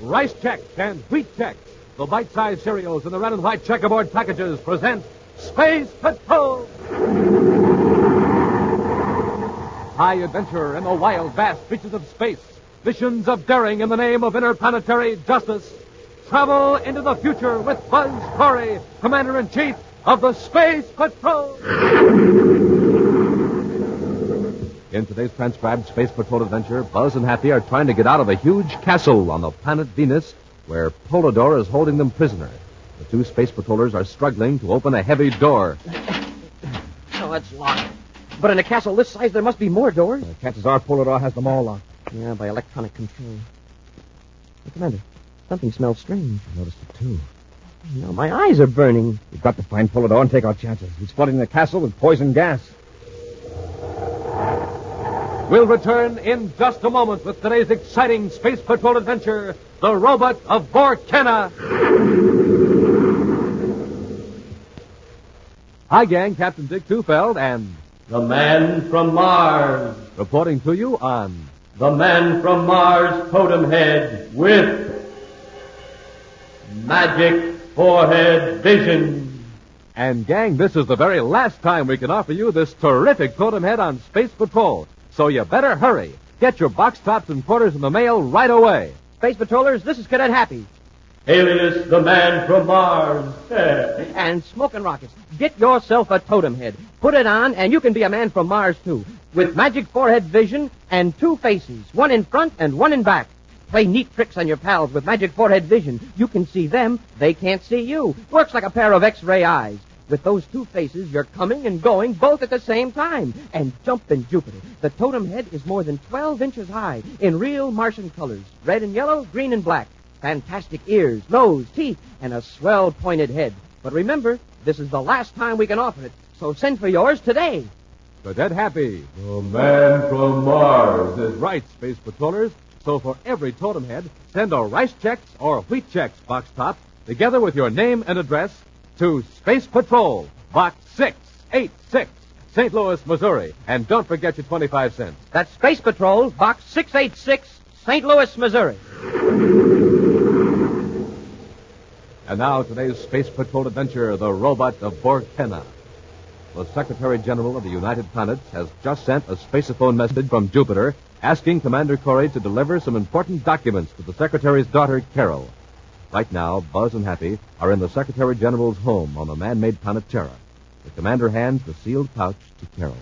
Rice Chex and Wheat Chex, the bite-sized cereals in the red and white checkerboard packages present Space Patrol! High adventure in the wild, vast reaches of space. Missions of daring in the name of interplanetary justice. Travel into the future with Buzz Corey, Commander-in-Chief of the Space Patrol! In today's transcribed Space Patrol adventure, Buzz and Happy are trying to get out of a huge castle on the planet Venus where Polidor is holding them prisoner. The two Space Patrollers are struggling to open a heavy door. No, it's locked. But in a castle this size, there must be more doors. Uh, Chances are Polidor has them all locked. Yeah, by electronic control. Hey, Commander, something smells strange. I noticed it, too. No, my eyes are burning. We've got to find Polidor and take our chances. He's flooding the castle with poison gas. We'll return in just a moment with today's exciting Space Patrol adventure, The Robot of Borkenna. Hi, gang. Captain Dick Tufeld and The man from Mars. reporting to you on The man from Mars totem head with magic forehead vision. And, gang, this is the very last time we can offer you this terrific totem head on Space Patrol. So you better hurry. Get your box tops and quarters in the mail right away. Space Patrollers, this is Cadet Happy. Alias the man from Mars. And smoking rockets. Get yourself a totem head. Put it on, and you can be a man from Mars, too. With magic forehead vision and two faces, one in front and one in back. Play neat tricks on your pals with magic forehead vision. You can see them, they can't see you. Works like a pair of x-ray eyes. With those two faces, you're coming and going both at the same time. And jumping Jupiter. The totem head is more than 12 inches high in real Martian colors. Red and yellow, green and black. Fantastic ears, nose, teeth, and a swell pointed head. But remember, this is the last time we can offer it, so send for yours today. Cadet Happy. the man from Mars. That's right, Space Patrollers. So for every totem head, send a rice checks or wheat checks box top, together with your name and address, to Space Patrol, Box 686, St. Louis, Missouri. And don't forget your 25 cents. That's Space Patrol, Box 686, St. Louis, Missouri. And now today's Space Patrol adventure, The Robot of Borkenna. The Secretary General of the United Planets has just sent a spacephone message from Jupiter asking Commander Corey to deliver some important documents to the Secretary's daughter, Carol. Right now, Buzz and Happy are in the Secretary General's home on the man-made planet Terra. The commander hands the sealed pouch to Carol.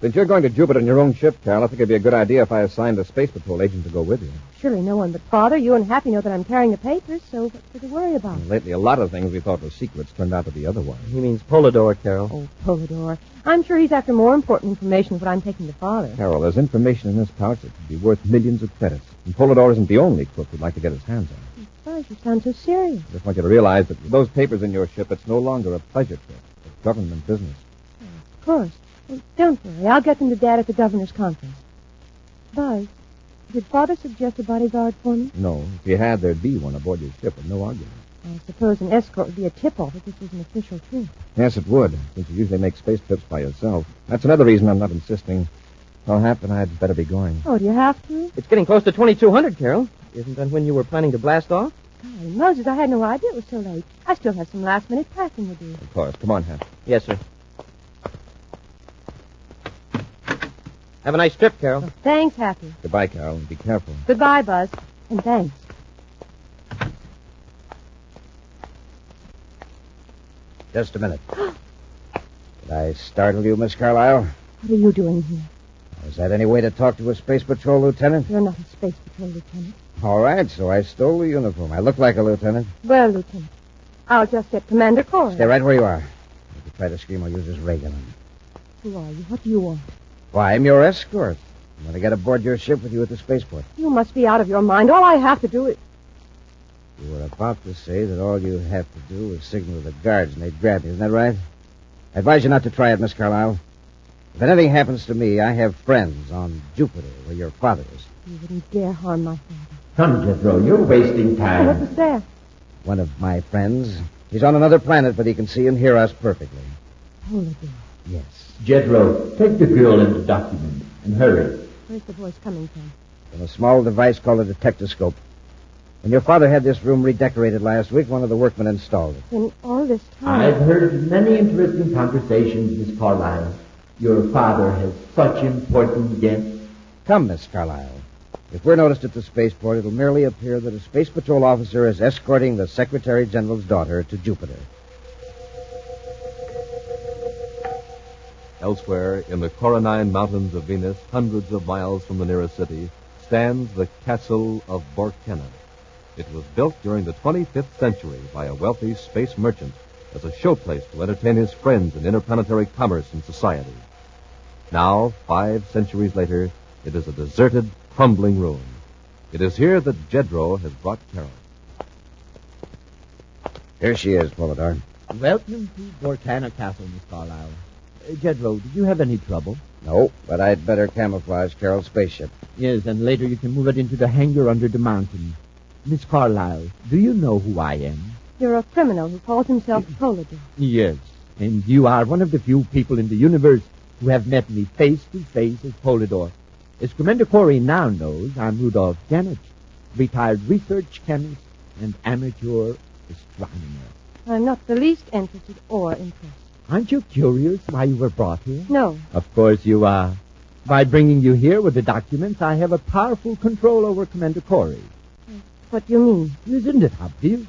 Since you're going to Jupiter in your own ship, Carol, I think it'd be a good idea if I assigned a space patrol agent to go with you. Surely no one but Father, you and Happy know that I'm carrying the papers, so what's there to worry about? And lately, a lot of things we thought were secrets turned out to be otherwise. He means Polidor, Carol. Oh, Polidor. I'm sure he's after more important information than what I'm taking to Father. Carol, there's information in this pouch that could be worth millions of credits. And Polidor isn't the only crook we'd like to get his hands on. Buzz, you sound so serious. I just want you to realize that with those papers in your ship, it's no longer a pleasure trip. It's government business. Of course. Well, don't worry. I'll get them to Dad at the governor's conference. Buzz, did Father suggest a bodyguard for me? No, if you had, there'd be one aboard your ship, and no argument. I suppose an escort would be a tip-off if this was an official trip. Yes, it would, since you usually make space trips by yourself. That's another reason I'm not insisting. Well, Hap and I'd better be going. Oh, do you have to? It's getting close to 2200, Carol. Isn't that when you were planning to blast off? Golly, Moses, I had no idea it was so late. I still have some last-minute packing to do. Of course. Come on, Hap. Yes, sir. Have a nice trip, Carol. Well, thanks, Happy. Goodbye, Carol, and be careful. Goodbye, Buzz. And thanks. Just a minute. Did I startle you, Miss Carlyle? What are you doing here? Is that any way to talk to a space patrol lieutenant? You're not a space patrol lieutenant. All right, so I stole the uniform. I look like a lieutenant. Well, Lieutenant, I'll just get Commander Corey. Stay right where you are. If you try to scream, I'll use this ray gun. Who are you? What do you want? Why, I'm your escort. I'm going to get aboard your ship with you at the spaceport. You must be out of your mind. All I have to do is. You were about to say that all you have to do is signal the guards and they'd grab you, isn't that right? I advise you not to try it, Miss Carlyle. If anything happens to me, I have friends on Jupiter where your father is. You wouldn't dare harm my father. Come, Jethro, you're wasting Oh, what was that? One of my friends. He's on another planet, but he can see and hear us perfectly. Polidor. Yes. Jethro, take the girl and the document and hurry. Where's the voice coming from? From a small device called a detectoscope. When your father had this room redecorated last week, one of the workmen installed it. In all this time. I've heard many interesting conversations, Miss Carlyle. Your father has such important guests. Come, Miss Carlyle. If we're noticed at the spaceport, it'll merely appear that a Space Patrol officer is escorting the Secretary General's daughter to Jupiter. Elsewhere, in the Coronine Mountains of Venus, hundreds of miles from the nearest city, stands the Castle of Borkenna. It was built during the 25th century by a wealthy space merchant as a showplace to entertain his friends in interplanetary commerce and society. Now, five centuries later, it is a deserted, crumbling ruin. It is here that Jedro has brought Carol. Here she is, Polidar. Welcome to Volcano Castle, Miss Carlyle. Uh, Jedro, did you have any trouble? No, but I'd better camouflage Carol's spaceship. Yes, and later you can move it into the hangar under the mountain. Miss Carlyle, do you know who I am? You're a criminal who calls himself Polidor. Yes, and you are one of the few people in the universe who have met me face to face as Polidor. As Commander Corey now knows, I'm Rudolph Dennett, retired research chemist and amateur astronomer. I'm not the least interested or impressed. Aren't you curious why you were brought here? No, Of course you are. By bringing you here with the documents, I have a powerful control over Commander Corey. what do you mean? Isn't it obvious?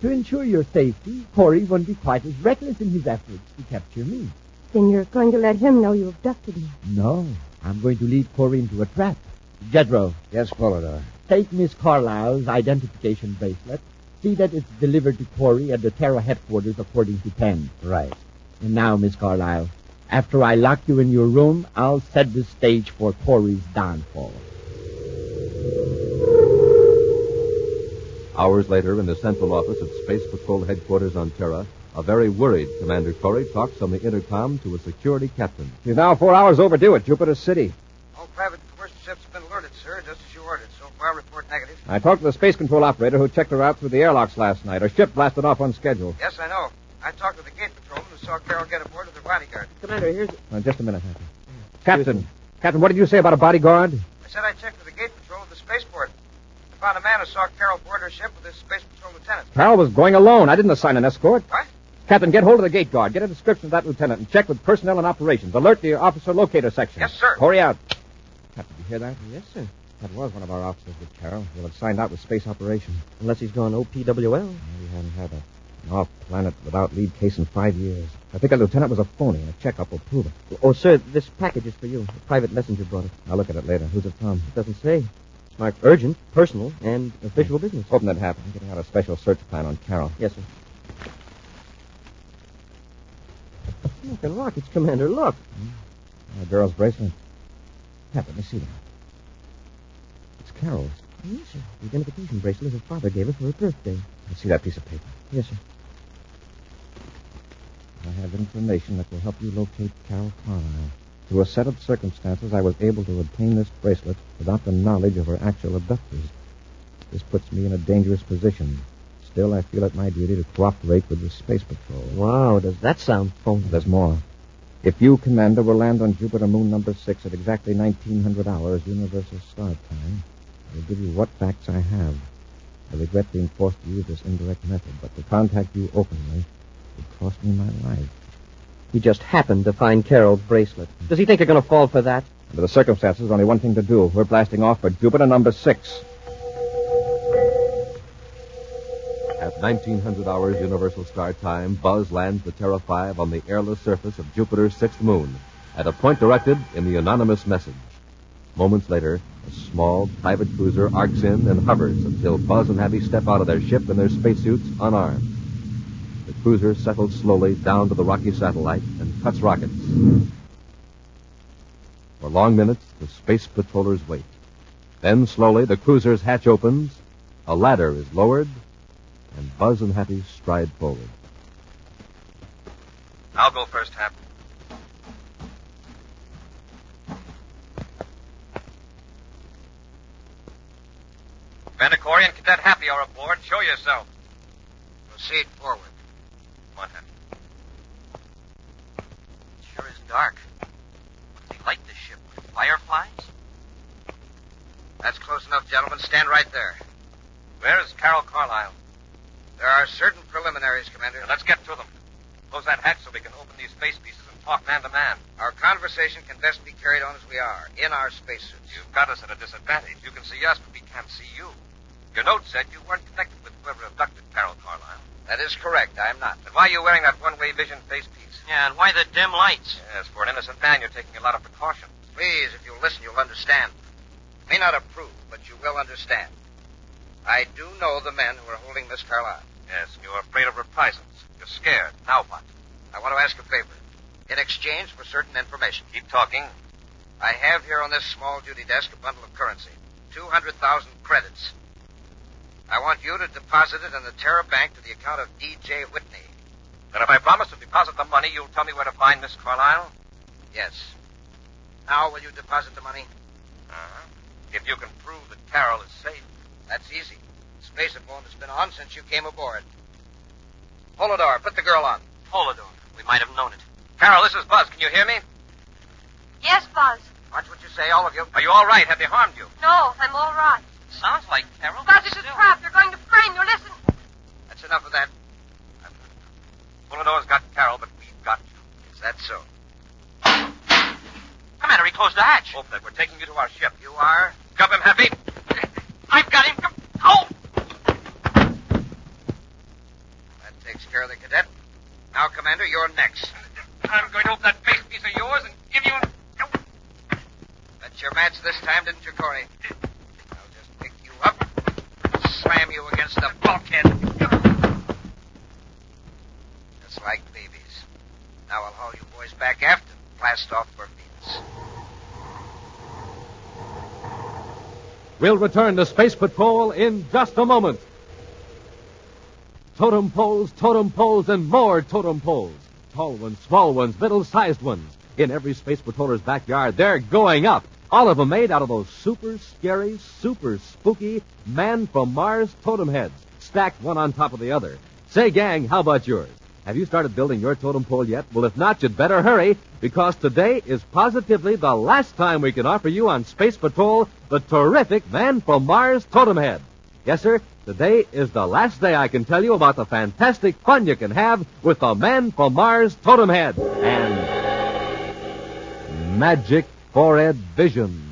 To ensure your safety, Corey wouldn't be quite as reckless in his efforts to capture me. Then you're going to let him know you abducted me. No, I'm going to lead Corey into a trap. Jedro, Yes, Polidor. take Miss Carlyle's identification bracelet. See that it's delivered to Corey at the Terra headquarters according to plan. Right. And now, Miss Carlyle, after I lock you in your room, I'll set the stage for Corey's downfall. Hours later, in the central office at Space Patrol headquarters on Terra, a very worried Commander Corey talks on the intercom to a security captain. She's now four hours overdue at Jupiter City. All private course ship's been alerted, sir, just as you ordered. So far, report negative. I talked to the space control operator who checked her out through the airlocks last night. Her ship blasted off on schedule. Yes, I know. I talked to the gate patrolman who saw Carol get aboard with her bodyguard. Commander, here's. Now, Uh, just a minute, Happy. Captain, Captain, what did you say about a bodyguard? I said I checked with the gate patrol at the spaceport. I found a man who saw Carol board her ship with his space patrol lieutenant. Carol was going alone. I didn't assign an escort. What? Captain, get hold of the gate guard. Get a description of that lieutenant and check with personnel and operations. Alert the officer locator section. Yes, sir. Hurry out. Captain, you hear that? Yes, sir. That was one of our officers with Carol. We'll have signed out with space operations. Unless he's gone OPWL. We haven't had a, an off-planet without lead case in five years. I think that lieutenant was a phony, and a checkup will prove it. Oh, sir, this package is for you. A private messenger brought it. I'll look at it later. Who's it from? It doesn't say. It's marked urgent, personal, and official business. Hoping that happened. I'm getting out a special search plan on Carol. Yes, sir. Look, and rockets, Commander, look. A Hmm? girl's bracelet. Captain, let me see that. It's Carol's. Yes, sir. The identification bracelet her father gave her for her birthday. Let's see that piece of paper. Yes, sir. I have information that will help you locate Carol Carlyle. Through a set of circumstances, I was able to obtain this bracelet without the knowledge of her actual abductors. This puts me in a dangerous position. Still, I feel it my duty to cooperate with the Space Patrol. Wow, does that sound phony? There's more. If you, Commander, will land on Jupiter Moon number six at exactly 1900 hours Universal Star Time, I will give you what facts I have. I regret being forced to use this indirect method, but to contact you openly would cost me my life. He just happened to find Carol's bracelet. Does he think you're going to fall for that? Under the circumstances, only one thing to do. We're blasting off for Jupiter number six. At 1900 hours Universal Star Time, Buzz lands the Terra 5 on the airless surface of Jupiter's sixth moon at a point directed in the anonymous message. Moments later, a small private cruiser arcs in and hovers until Buzz and Happy step out of their ship in their spacesuits unarmed. The cruiser settles slowly down to the rocky satellite and cuts rockets. For long minutes, the space patrollers wait. Then slowly, the cruiser's hatch opens, a ladder is lowered, and Buzz and Happy stride forward. I'll go first, Hap. Commander Corey and Cadet Happy are aboard. Show yourself. Proceed forward. Come on, Happy. Sure is dark. Would they light the ship with fireflies? That's close enough, gentlemen. Stand right there. Where is Carol Carlisle? There are certain preliminaries, Commander. Let's get to them. Close that hatch so we can open these face pieces and talk man to man. Our conversation can best be carried on as we are, in our spacesuits. You've got us at a disadvantage. You can see us, but we can't see you. Your note said you weren't connected with whoever abducted Carol Carlisle. That is correct. I am not. Then why are you wearing that one-way vision face piece? Yeah, and why the dim lights? Yes, for an innocent man, you're taking a lot of precautions. Please, if you listen, you'll understand. You may not approve, but you will understand. I do know the men who are holding Miss Carlisle. Yes, and you're afraid of reprisals. You're scared. Now what? I want to ask a favor. In exchange for certain information, Keep talking. I have here on this small duty desk a bundle of currency 200,000 credits. I want you to deposit it in the Terra Bank to the account of D.J. Whitney. Then if I promise to deposit the money, you'll tell me where to find Miss Carlisle? Yes. Now, will you deposit the money? Uh-huh. If you can prove that Carol is safe. That's easy. Spaceophone has been on since you came aboard. Polidor, put the girl on. Polydor. We might have known it. Carol, this is Buzz. Can you hear me? Yes, Buzz. Watch what you say, all of you. Are you all right? Have they harmed you? No, I'm all right. Sounds like Carol. Buzz, but it's a still- trap. They're going to frame you. Listen. That's enough of that. Bullador's got Carol, but we've got you. Is that so? Commander, he closed the hatch. Open it. We're taking you to our ship. You are? Gub him, Happy. I've got him. Come. Oh! That takes care of the cadet. Now, Commander, you're next. I'm going to open that face piece of yours and give you... That's your match this time, didn't you, Corey? I'll just pick you up, slam you against the bulkhead. Just like babies. Now I'll haul you boys back aft and blast off for Venus. We'll return to Space Patrol in just a moment. Totem poles, totem poles, and more totem poles. Tall ones, small ones, middle sized ones. In every Space Patroller's backyard, they're going up. All of them made out of those super scary, super spooky man from Mars totem heads, stacked one on top of the other. Say, gang, how about yours? Have you started building your totem pole yet? Well, if not, you'd better hurry, because today is positively the last time we can offer you on Space Patrol the terrific Man from Mars totem head. Yes, sir, today is the last day I can tell you about the fantastic fun you can have with the Man from Mars totem head and magic forehead vision.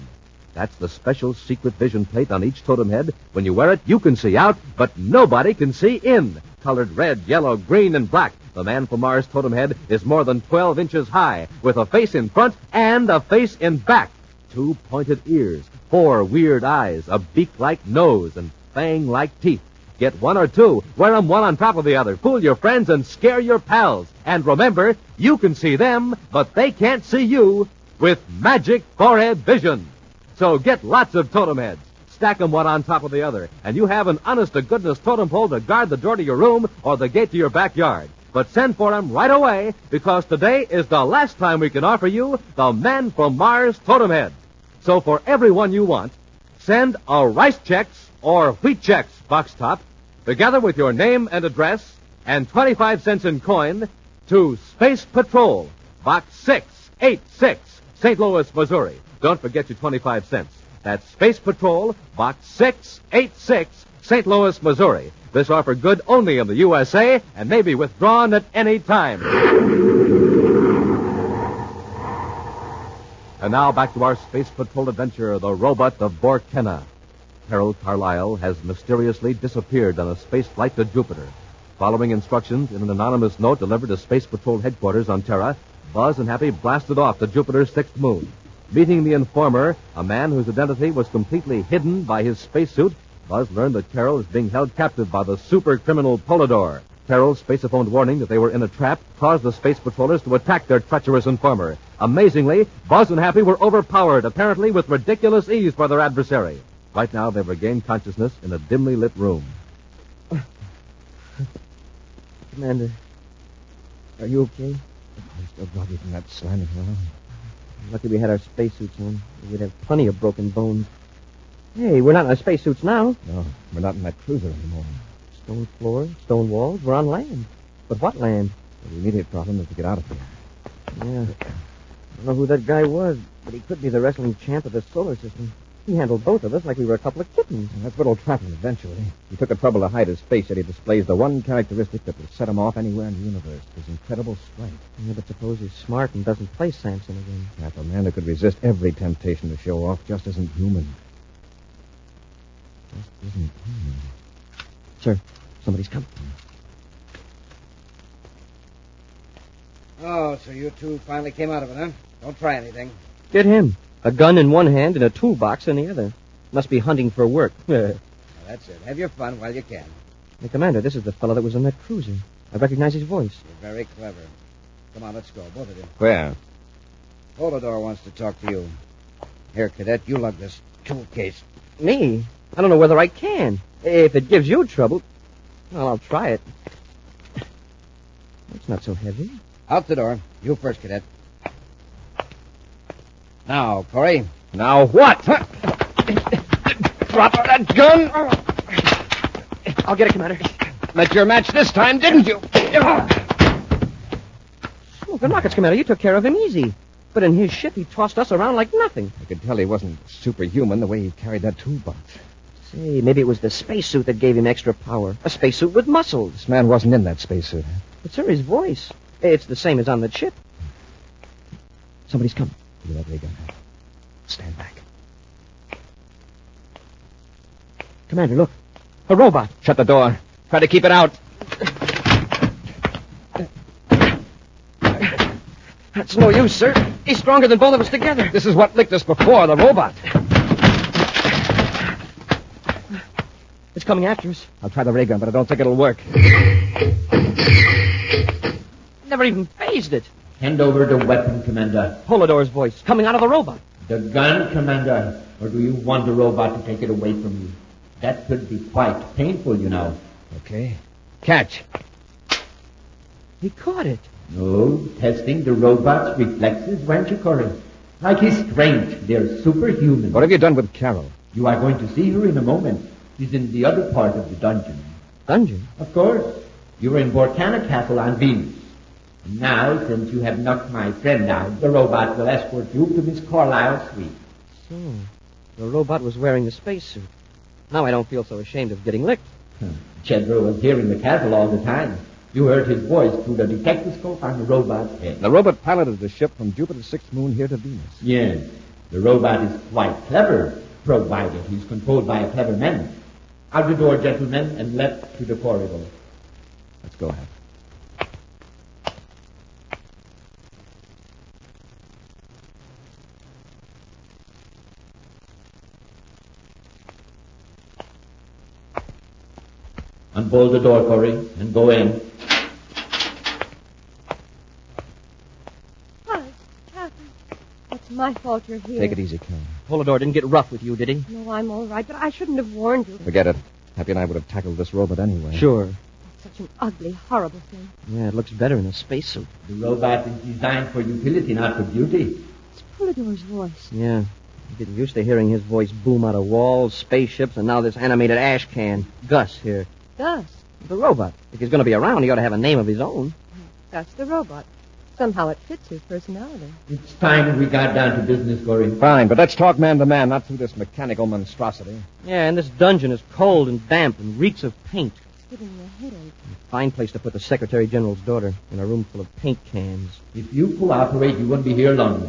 That's the special secret vision plate on each totem head. When you wear it, you can see out, but nobody can see in. Colored red, yellow, green, and black. The man from Mars totem head is more than 12 inches high, with a face in front and a face in back. Two pointed ears, four weird eyes, a beak-like nose, and fang-like teeth. Get one or two. Wear 'em one on top of the other. Fool your friends and scare your pals. And remember, you can see them, but they can't see you with magic forehead vision. So get lots of totem heads. Stack 'em one on top of the other, and you have an honest to goodness totem pole to guard the door to your room or the gate to your backyard. But send for 'em right away because today is the last time we can offer you the Man from Mars totem head. So for everyone you want, send a rice checks or wheat checks box top together with your name and address and 25 cents in coin to Space Patrol, Box 686, St. Louis, Missouri. Don't forget your 25 cents. That's Space Patrol, Box 686, St. Louis, Missouri. This offer good only in the USA and may be withdrawn at any time. And now back to our Space Patrol adventure, the robot of Borkenna. Carol Carlisle has mysteriously disappeared on a space flight to Jupiter. Following instructions in an anonymous note delivered to Space Patrol headquarters on Terra, Buzz and Happy blasted off to Jupiter's sixth moon. Meeting the informer, a man whose identity was completely hidden by his spacesuit, Buzz learned that Carol is being held captive by the super criminal Polidor. Carol's spaceophone warning that they were in a trap caused the space patrollers to attack their treacherous informer. Amazingly, Buzz and Happy were overpowered, apparently with ridiculous ease by their adversary. Right now, they've regained consciousness in a dimly lit room. Commander, are you okay? I'm still groggy from that slamming around. Lucky we had our spacesuits on. We'd have plenty of broken bones. Hey, we're not in our spacesuits now. No, we're not in that cruiser anymore. Stone floors, stone walls. We're on land. But what land? The immediate problem is to get out of here. Yeah. I don't know who that guy was, but he could be the wrestling champ of the solar system. He handled both of us like we were a couple of kittens. And that's what'll happen eventually. He took the trouble to hide his face, yet he displays the one characteristic that will set him off anywhere in the universe, his incredible strength. Yeah, but suppose he's smart and doesn't play Samson again. Half a man who could resist every temptation to show off just isn't human. Just isn't human. Sir, somebody's come. Oh, so you two finally came out of it, huh? Don't try anything. Get him. A gun in one hand and a toolbox in the other. Must be hunting for work. Well, that's it. Have your fun while you can. Hey, Commander, this is the fellow that was on that cruiser. I recognize his voice. You're very clever. Come on, let's go, both of you. Where? Polidor wants to talk to you. Here, cadet, you lug this tool case. Me? I don't know whether I can. If it gives you trouble, well, I'll try it. It's not so heavy. Out the door. You first, cadet. Now, Corey. Now what? Huh? Drop that gun. I'll get it, Commander. Met your match this time, didn't you? Smoke and rockets, Commander. You took care of him easy. But in his ship, he tossed us around like nothing. I could tell he wasn't superhuman the way he carried that toolbox. Say, maybe it was the spacesuit that gave him extra power. A spacesuit with muscles. This man wasn't in that spacesuit. But, sir, his voice. It's the same as on the ship. Somebody's coming. Give me that ray gun. Stand back. Commander, look. A robot. Shut the door. Try to keep it out. That's no use, sir. He's stronger than both of us together. This is what licked us before, the robot. It's coming after us. I'll try the ray gun, but I don't think it'll work. Never even phased it. Hand over the weapon, Commander. Polidor's voice coming out of the robot. The gun, Commander. Or do you want the robot to take it away from you? That could be quite painful, you know. Okay. Catch. He caught it. No, testing the robot's reflexes, weren't you, Corey? Like his strength. They're superhuman. What have you done with Carol? You are going to see her in a moment. She's in the other part of the dungeon. Dungeon? Of course. You're in Borcana Castle on Venus. And now, since you have knocked my friend out, the robot will escort you to Miss Carlyle's suite. So, the robot was wearing the spacesuit. Now I don't feel so ashamed of getting licked. Hmm. Chandra was here in the castle all the time. You heard his voice through the detectoscope on the robot's head. The robot piloted the ship from Jupiter's sixth moon here to Venus. Yes. The robot is quite clever, provided he's controlled by a clever man. Out the door, gentlemen, and left to the corridor. Let's go, Hap. Unbolt the door, Corey, and go in. Buzz, Catherine, it's my fault you're here. Take it easy, Carol. Polidor didn't get rough with you, did he? No, I'm all right, but I shouldn't have warned you. Forget it. Happy and I would have tackled this robot anyway. Sure. Such an ugly, horrible thing. Yeah, it looks better in a spacesuit. The robot is designed for utility, not for beauty. It's Polidor's voice. Yeah. I'm getting used to hearing his voice boom out of walls, spaceships, and now this animated ash can. Gus here. Gus. The robot. If he's going to be around, he ought to have a name of his own. Gus the robot. Somehow it fits his personality. It's time we got down to business, Corey. Fine, but let's talk man to man, not through this mechanical monstrosity. Yeah, and this dungeon is cold and damp and reeks of paint. It's giving me a headache. Fine place to put the Secretary General's daughter in a room full of paint cans. If you cooperate, you won't be here long.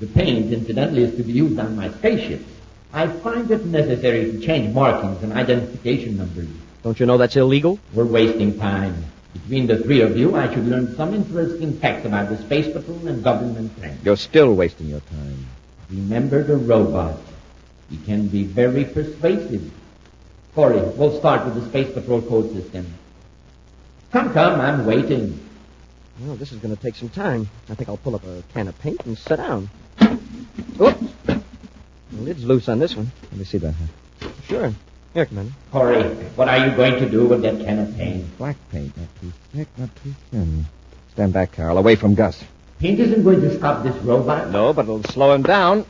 The paint, incidentally, is to be used on my spaceship. I find it necessary to change markings and identification numbers. Don't you know that's illegal? We're wasting time. Between the three of you, I should learn some interesting facts about the Space Patrol and government plans. You're still wasting your time. Remember the robot. He can be very persuasive. Corey, we'll start with the Space Patrol code system. Come, come, I'm waiting. Well, this is going to take some time. I think I'll pull up a can of paint and sit down. Oops. The lid's loose on this one. Let me see that. Huh? Sure. Here, Commander. Corey, what are you going to do with that can of paint? Black paint, not too thick, not too thin. Stand back, Carl, away from Gus. Paint isn't going to stop this robot. No, but it'll slow him down.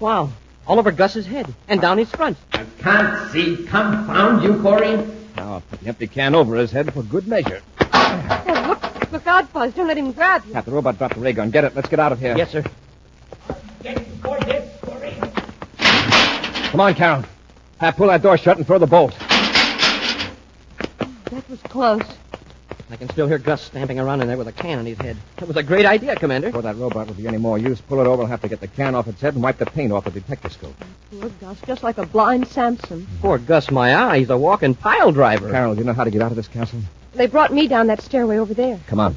Wow. All over Gus's head and down his front. I can't see. Confound you, Corey. Now I'll put the empty can over his head for good measure. Oh, look, look out, Buzz. Don't let him grab you. Cap, the robot dropped the ray gun. Get it. Let's get out of here. Yes, sir. Get for this, Corey. Come on, Carol. Pat, pull that door shut and throw the bolt. That was close. I can still hear Gus stamping around in there with a can on his head. That was a great idea, Commander. Before that robot will be any more use, pull it over. I'll have to get the can off its head and wipe the paint off the detectoscope. Poor Gus, just like a blind Samson. Poor Gus, my eye. He's a walking pile driver. Carol, do you know how to get out of this castle? They brought me down that stairway over there. Come on.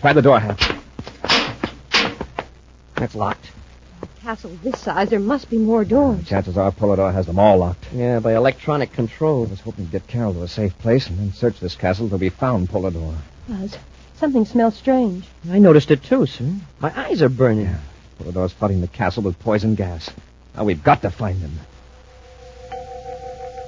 Try the door, Hap. That's locked. Castle this size, there must be more doors. Chances are Polidor has them all locked. Yeah, by electronic control. I was hoping to get Carol to a safe place and then search this castle till we found Polidor. Buzz, something smells strange. I noticed it too, sir. My eyes are burning. Yeah. Polidor's flooding the castle with poison gas. Now we've got to find him.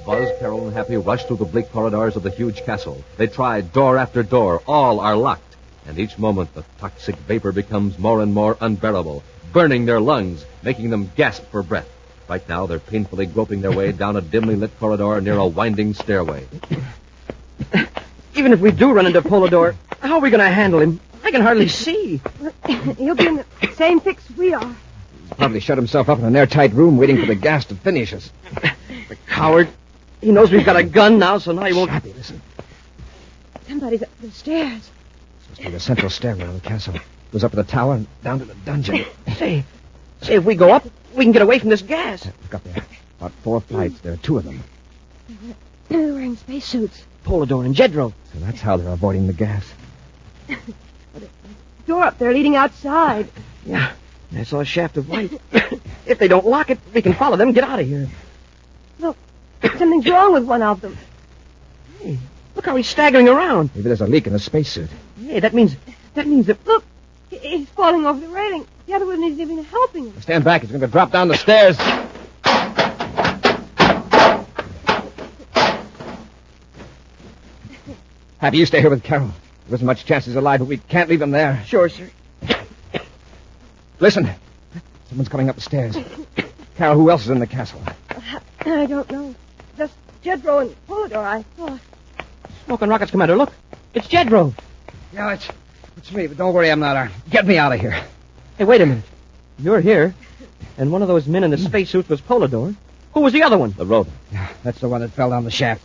Buzz, Carol, and Happy rushed through the bleak corridors of the huge castle. They tried door after door. All are locked. And each moment the toxic vapor becomes more and more unbearable, burning their lungs, making them gasp for breath. Right now, they're painfully groping their way down a dimly lit corridor near a winding stairway. Even if we do run into Polidor, how are we going to handle him? I can hardly see. He'll be in the same fix we are. He's probably shut himself up in an airtight room waiting for the gas to finish us. The coward. He knows we've got a gun now, so now he won't. Happy, listen. Somebody's up the stairs. To the central stairway of the castle. Goes up to the tower and down to the dungeon. Say, say, if we go up, we can get away from this gas. Look up there. About four flights. There are two of them. They're wearing spacesuits. Polidor and Jedro. So that's how they're avoiding the gas. Door up there leading outside. Yeah, I saw a shaft of light. if they don't lock it, we can follow them and get out of here. Look, something's wrong with one of them. Hey, look how he's staggering around. Maybe there's a leak in the spacesuit. Hey, that means that means that look, he's falling over the railing. The other one isn't even helping him. Stand back. He's going to drop down the stairs. Happy, you stay here with Carol. There isn't much chance he's alive, but we can't leave him there. Sure, sir. Listen. Someone's coming up the stairs. Carol, who else is in the castle? I don't know. Just Jedro and Polidor, I thought. Smoke and rockets, Commander. Look. It's Jedro. Yeah, it's, it's me, but don't worry, I'm not armed. Get me out of here. Hey, wait a minute. You're here, and one of those men in the spacesuit was Polidor. Who was the other one? The robot. Yeah, that's the one that fell down the shaft.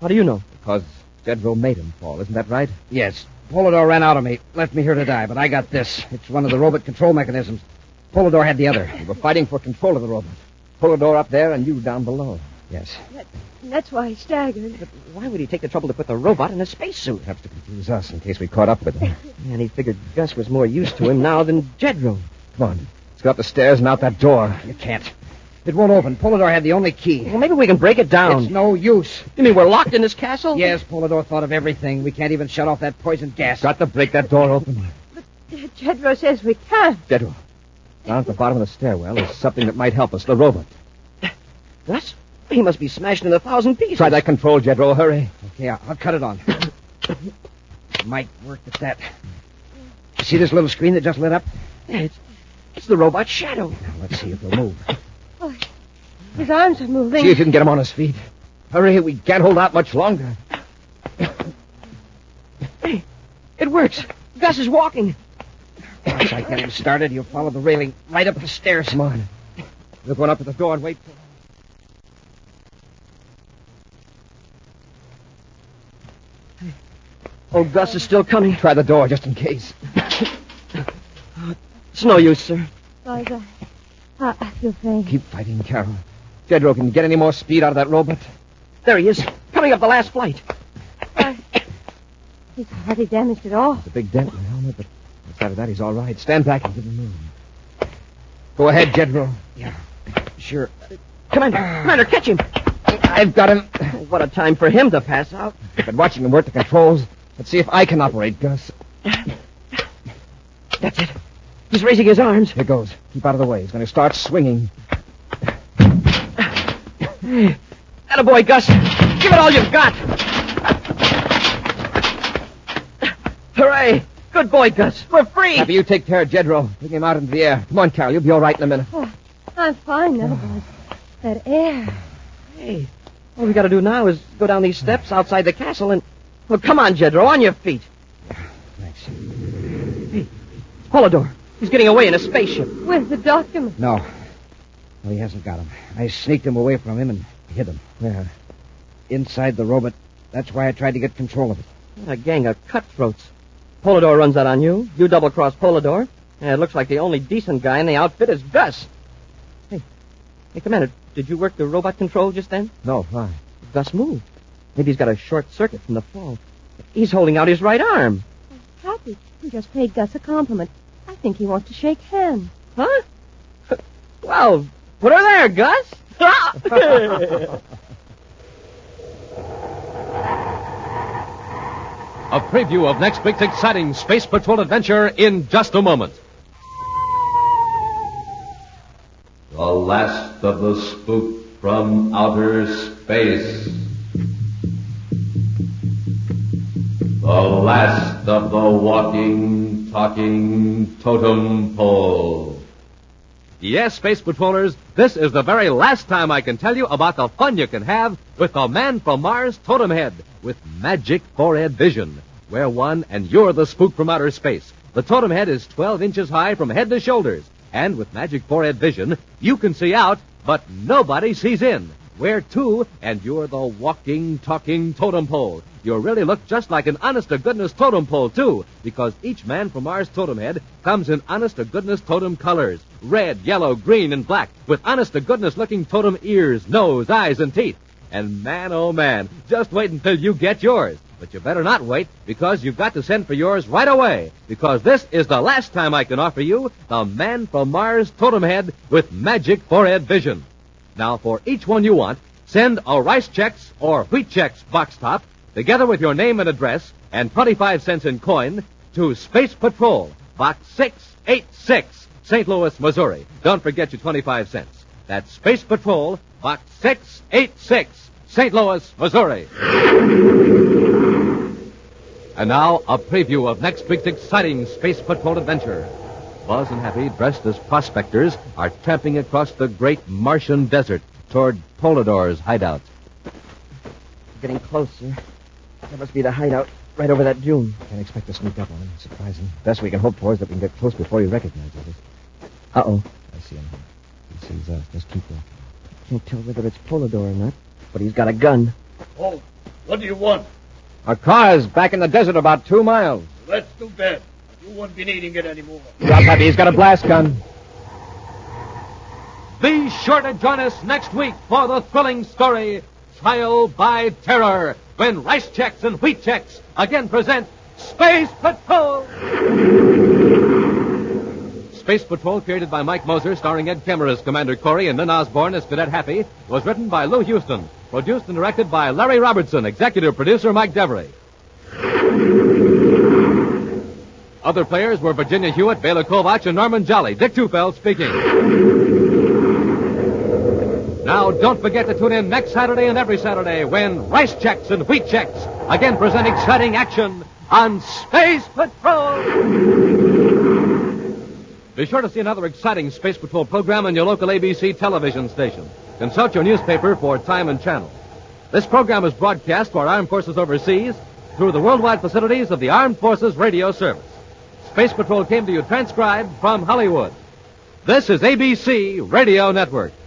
How do you know? Because Jedro made him fall, isn't that right? Yes. Polidor ran out of me, left me here to die, but I got this. It's one of the robot control mechanisms. Polidor had the other. We were fighting for control of the robot. Polidor up there and you down below. Yes. That, that's why he staggered. But why would he take the trouble to put the robot in a spacesuit? Perhaps to confuse us in case we caught up with him. and he figured Gus was more used to him now than Jedro. Come on. Let's go up the stairs and out that door. You can't. It won't open. Polidor had the only key. Well, maybe we can break it down. It's no use. You mean we're locked in this castle? Yes, Polidor thought of everything. We can't even shut off that poison gas. Got to break that door open. But Jedro says we can't. Jedro. Down at the bottom of the stairwell is something that might help us. The robot. What? He must be smashed into a thousand pieces. Try that control, Jedro. Hurry. Okay, I'll, I'll cut it on. Might work at that. You see this little screen that just lit up? Yeah, it's, it's the robot's shadow. Now, let's see if he'll move. Oh, his arms are moving. See if you can get him on his feet. Hurry, we can't hold out much longer. Hey, it works. Gus is walking. Once I get him started, he'll follow the railing right up the stairs. Come on. We're going up to the door and wait for Old Oh, Gus is still coming. Try the door just in case. it's no use, sir. Buzz, I, I, I feel faint. Keep fighting, Carol. Jedro, can you get any more speed out of that robot? There he is, coming up the last flight. I, he's hardly damaged at all. It's a big dent in the helmet, but outside of that, he's all right. Stand back and give him room. Go ahead, Jedro. Yeah, sure. Commander, Commander, catch him. I've got him. What a time for him to pass out. But watching him work the controls, Let's see if I can operate, Gus. That's it. He's raising his arms. Here goes. Keep out of the way. He's going to start swinging. That a boy, Gus. Give it all you've got. Hooray! Good boy, Gus. We're free. Happy, you take care of Jedro. Bring him out into the air. Come on, Carol. You'll be all right in a minute. Oh, I'm fine now, Buzz. That air. Hey, all we got to do now is go down these steps outside the castle and well, come on, Jedro, on your feet. Thanks. Polidor. He's getting away in a spaceship. Where's the document? No. No, he hasn't got him. I sneaked him away from him and hid him. Where? Inside the robot. That's why I tried to get control of it. What a gang of cutthroats. Polidor runs out on you. You double cross Polidor. And it looks like the only decent guy in the outfit is Gus. Hey. Hey, Commander, did you work the robot control just then? No, why? Gus moved. Maybe he's got a short circuit from the fall. He's holding out his right arm. Happy. You just paid Gus a compliment. I think he wants to shake hands. Huh? Well, put her there, Gus. A preview of next week's exciting Space Patrol adventure in just a moment. The last of the spook from outer space. The last of the walking, talking totem pole. Yes, Space Patrollers, this is the very last time I can tell you about the fun you can have with the Man from Mars Totem Head with Magic Forehead Vision. Wear one and you're the spook from outer space. The totem head is 12 inches high from head to shoulders. And with Magic Forehead Vision, you can see out, but nobody sees in. Wear two and you're the walking, talking totem pole. You really look just like an honest-to-goodness totem pole, too, because each Man from Mars totem head comes in honest-to-goodness totem colors red, yellow, green, and black, with honest to goodness looking totem ears, nose, eyes, and teeth. And man, oh man, just wait until you get yours. But you better not wait, because you've got to send for yours right away, because this is the last time I can offer you the Man from Mars Totem Head with Magic Forehead Vision. Now, for each one you want, send a rice checks or wheat checks box top, together with your name and address, and 25 cents in coin, to Space Patrol, Box 686. St. Louis, Missouri. Don't forget your 25 cents. That's Space Patrol, Box 686, St. Louis, Missouri. And now, a preview of next week's exciting Space Patrol adventure. Buzz and Happy, dressed as prospectors, are tramping across the great Martian desert toward Polidor's hideout. Getting closer. That must be the hideout right over that dune. Can't expect to sneak up on him. Surprise him. Best we can hope for is that we can get close before he recognizes us. Uh-oh. I see him. He sees us. Just keep walking. Can't tell whether it's Polidor or not, but he's got a gun. Oh, what do you want? Our car's back in the desert about two miles. That's too bad. You won't be needing it anymore. Drop happy. He's got a blast gun. Be sure to join us next week for the thrilling story, Trial by Terror, when rice checks and wheat checks again present Space Patrol! Space Patrol, created by Mike Moser, starring Ed Kemmer as Commander Corey and Lynn Osborne as Cadet Happy, was written by Lou Houston, produced and directed by Larry Robertson, executive producer Mike Devery. Other players were Virginia Hewitt, Bela Kovach, and Norman Jolly. Dick Tufeld speaking. Now, don't forget to tune in next Saturday and every Saturday when Rice Checks and Wheat Checks again present exciting action on Space Patrol. Be sure to see another exciting Space Patrol program on your local ABC television station. Consult your newspaper for time and channel. This program is broadcast for Armed Forces Overseas through the worldwide facilities of the Armed Forces Radio Service. Space Patrol came to you transcribed from Hollywood. This is ABC Radio Network.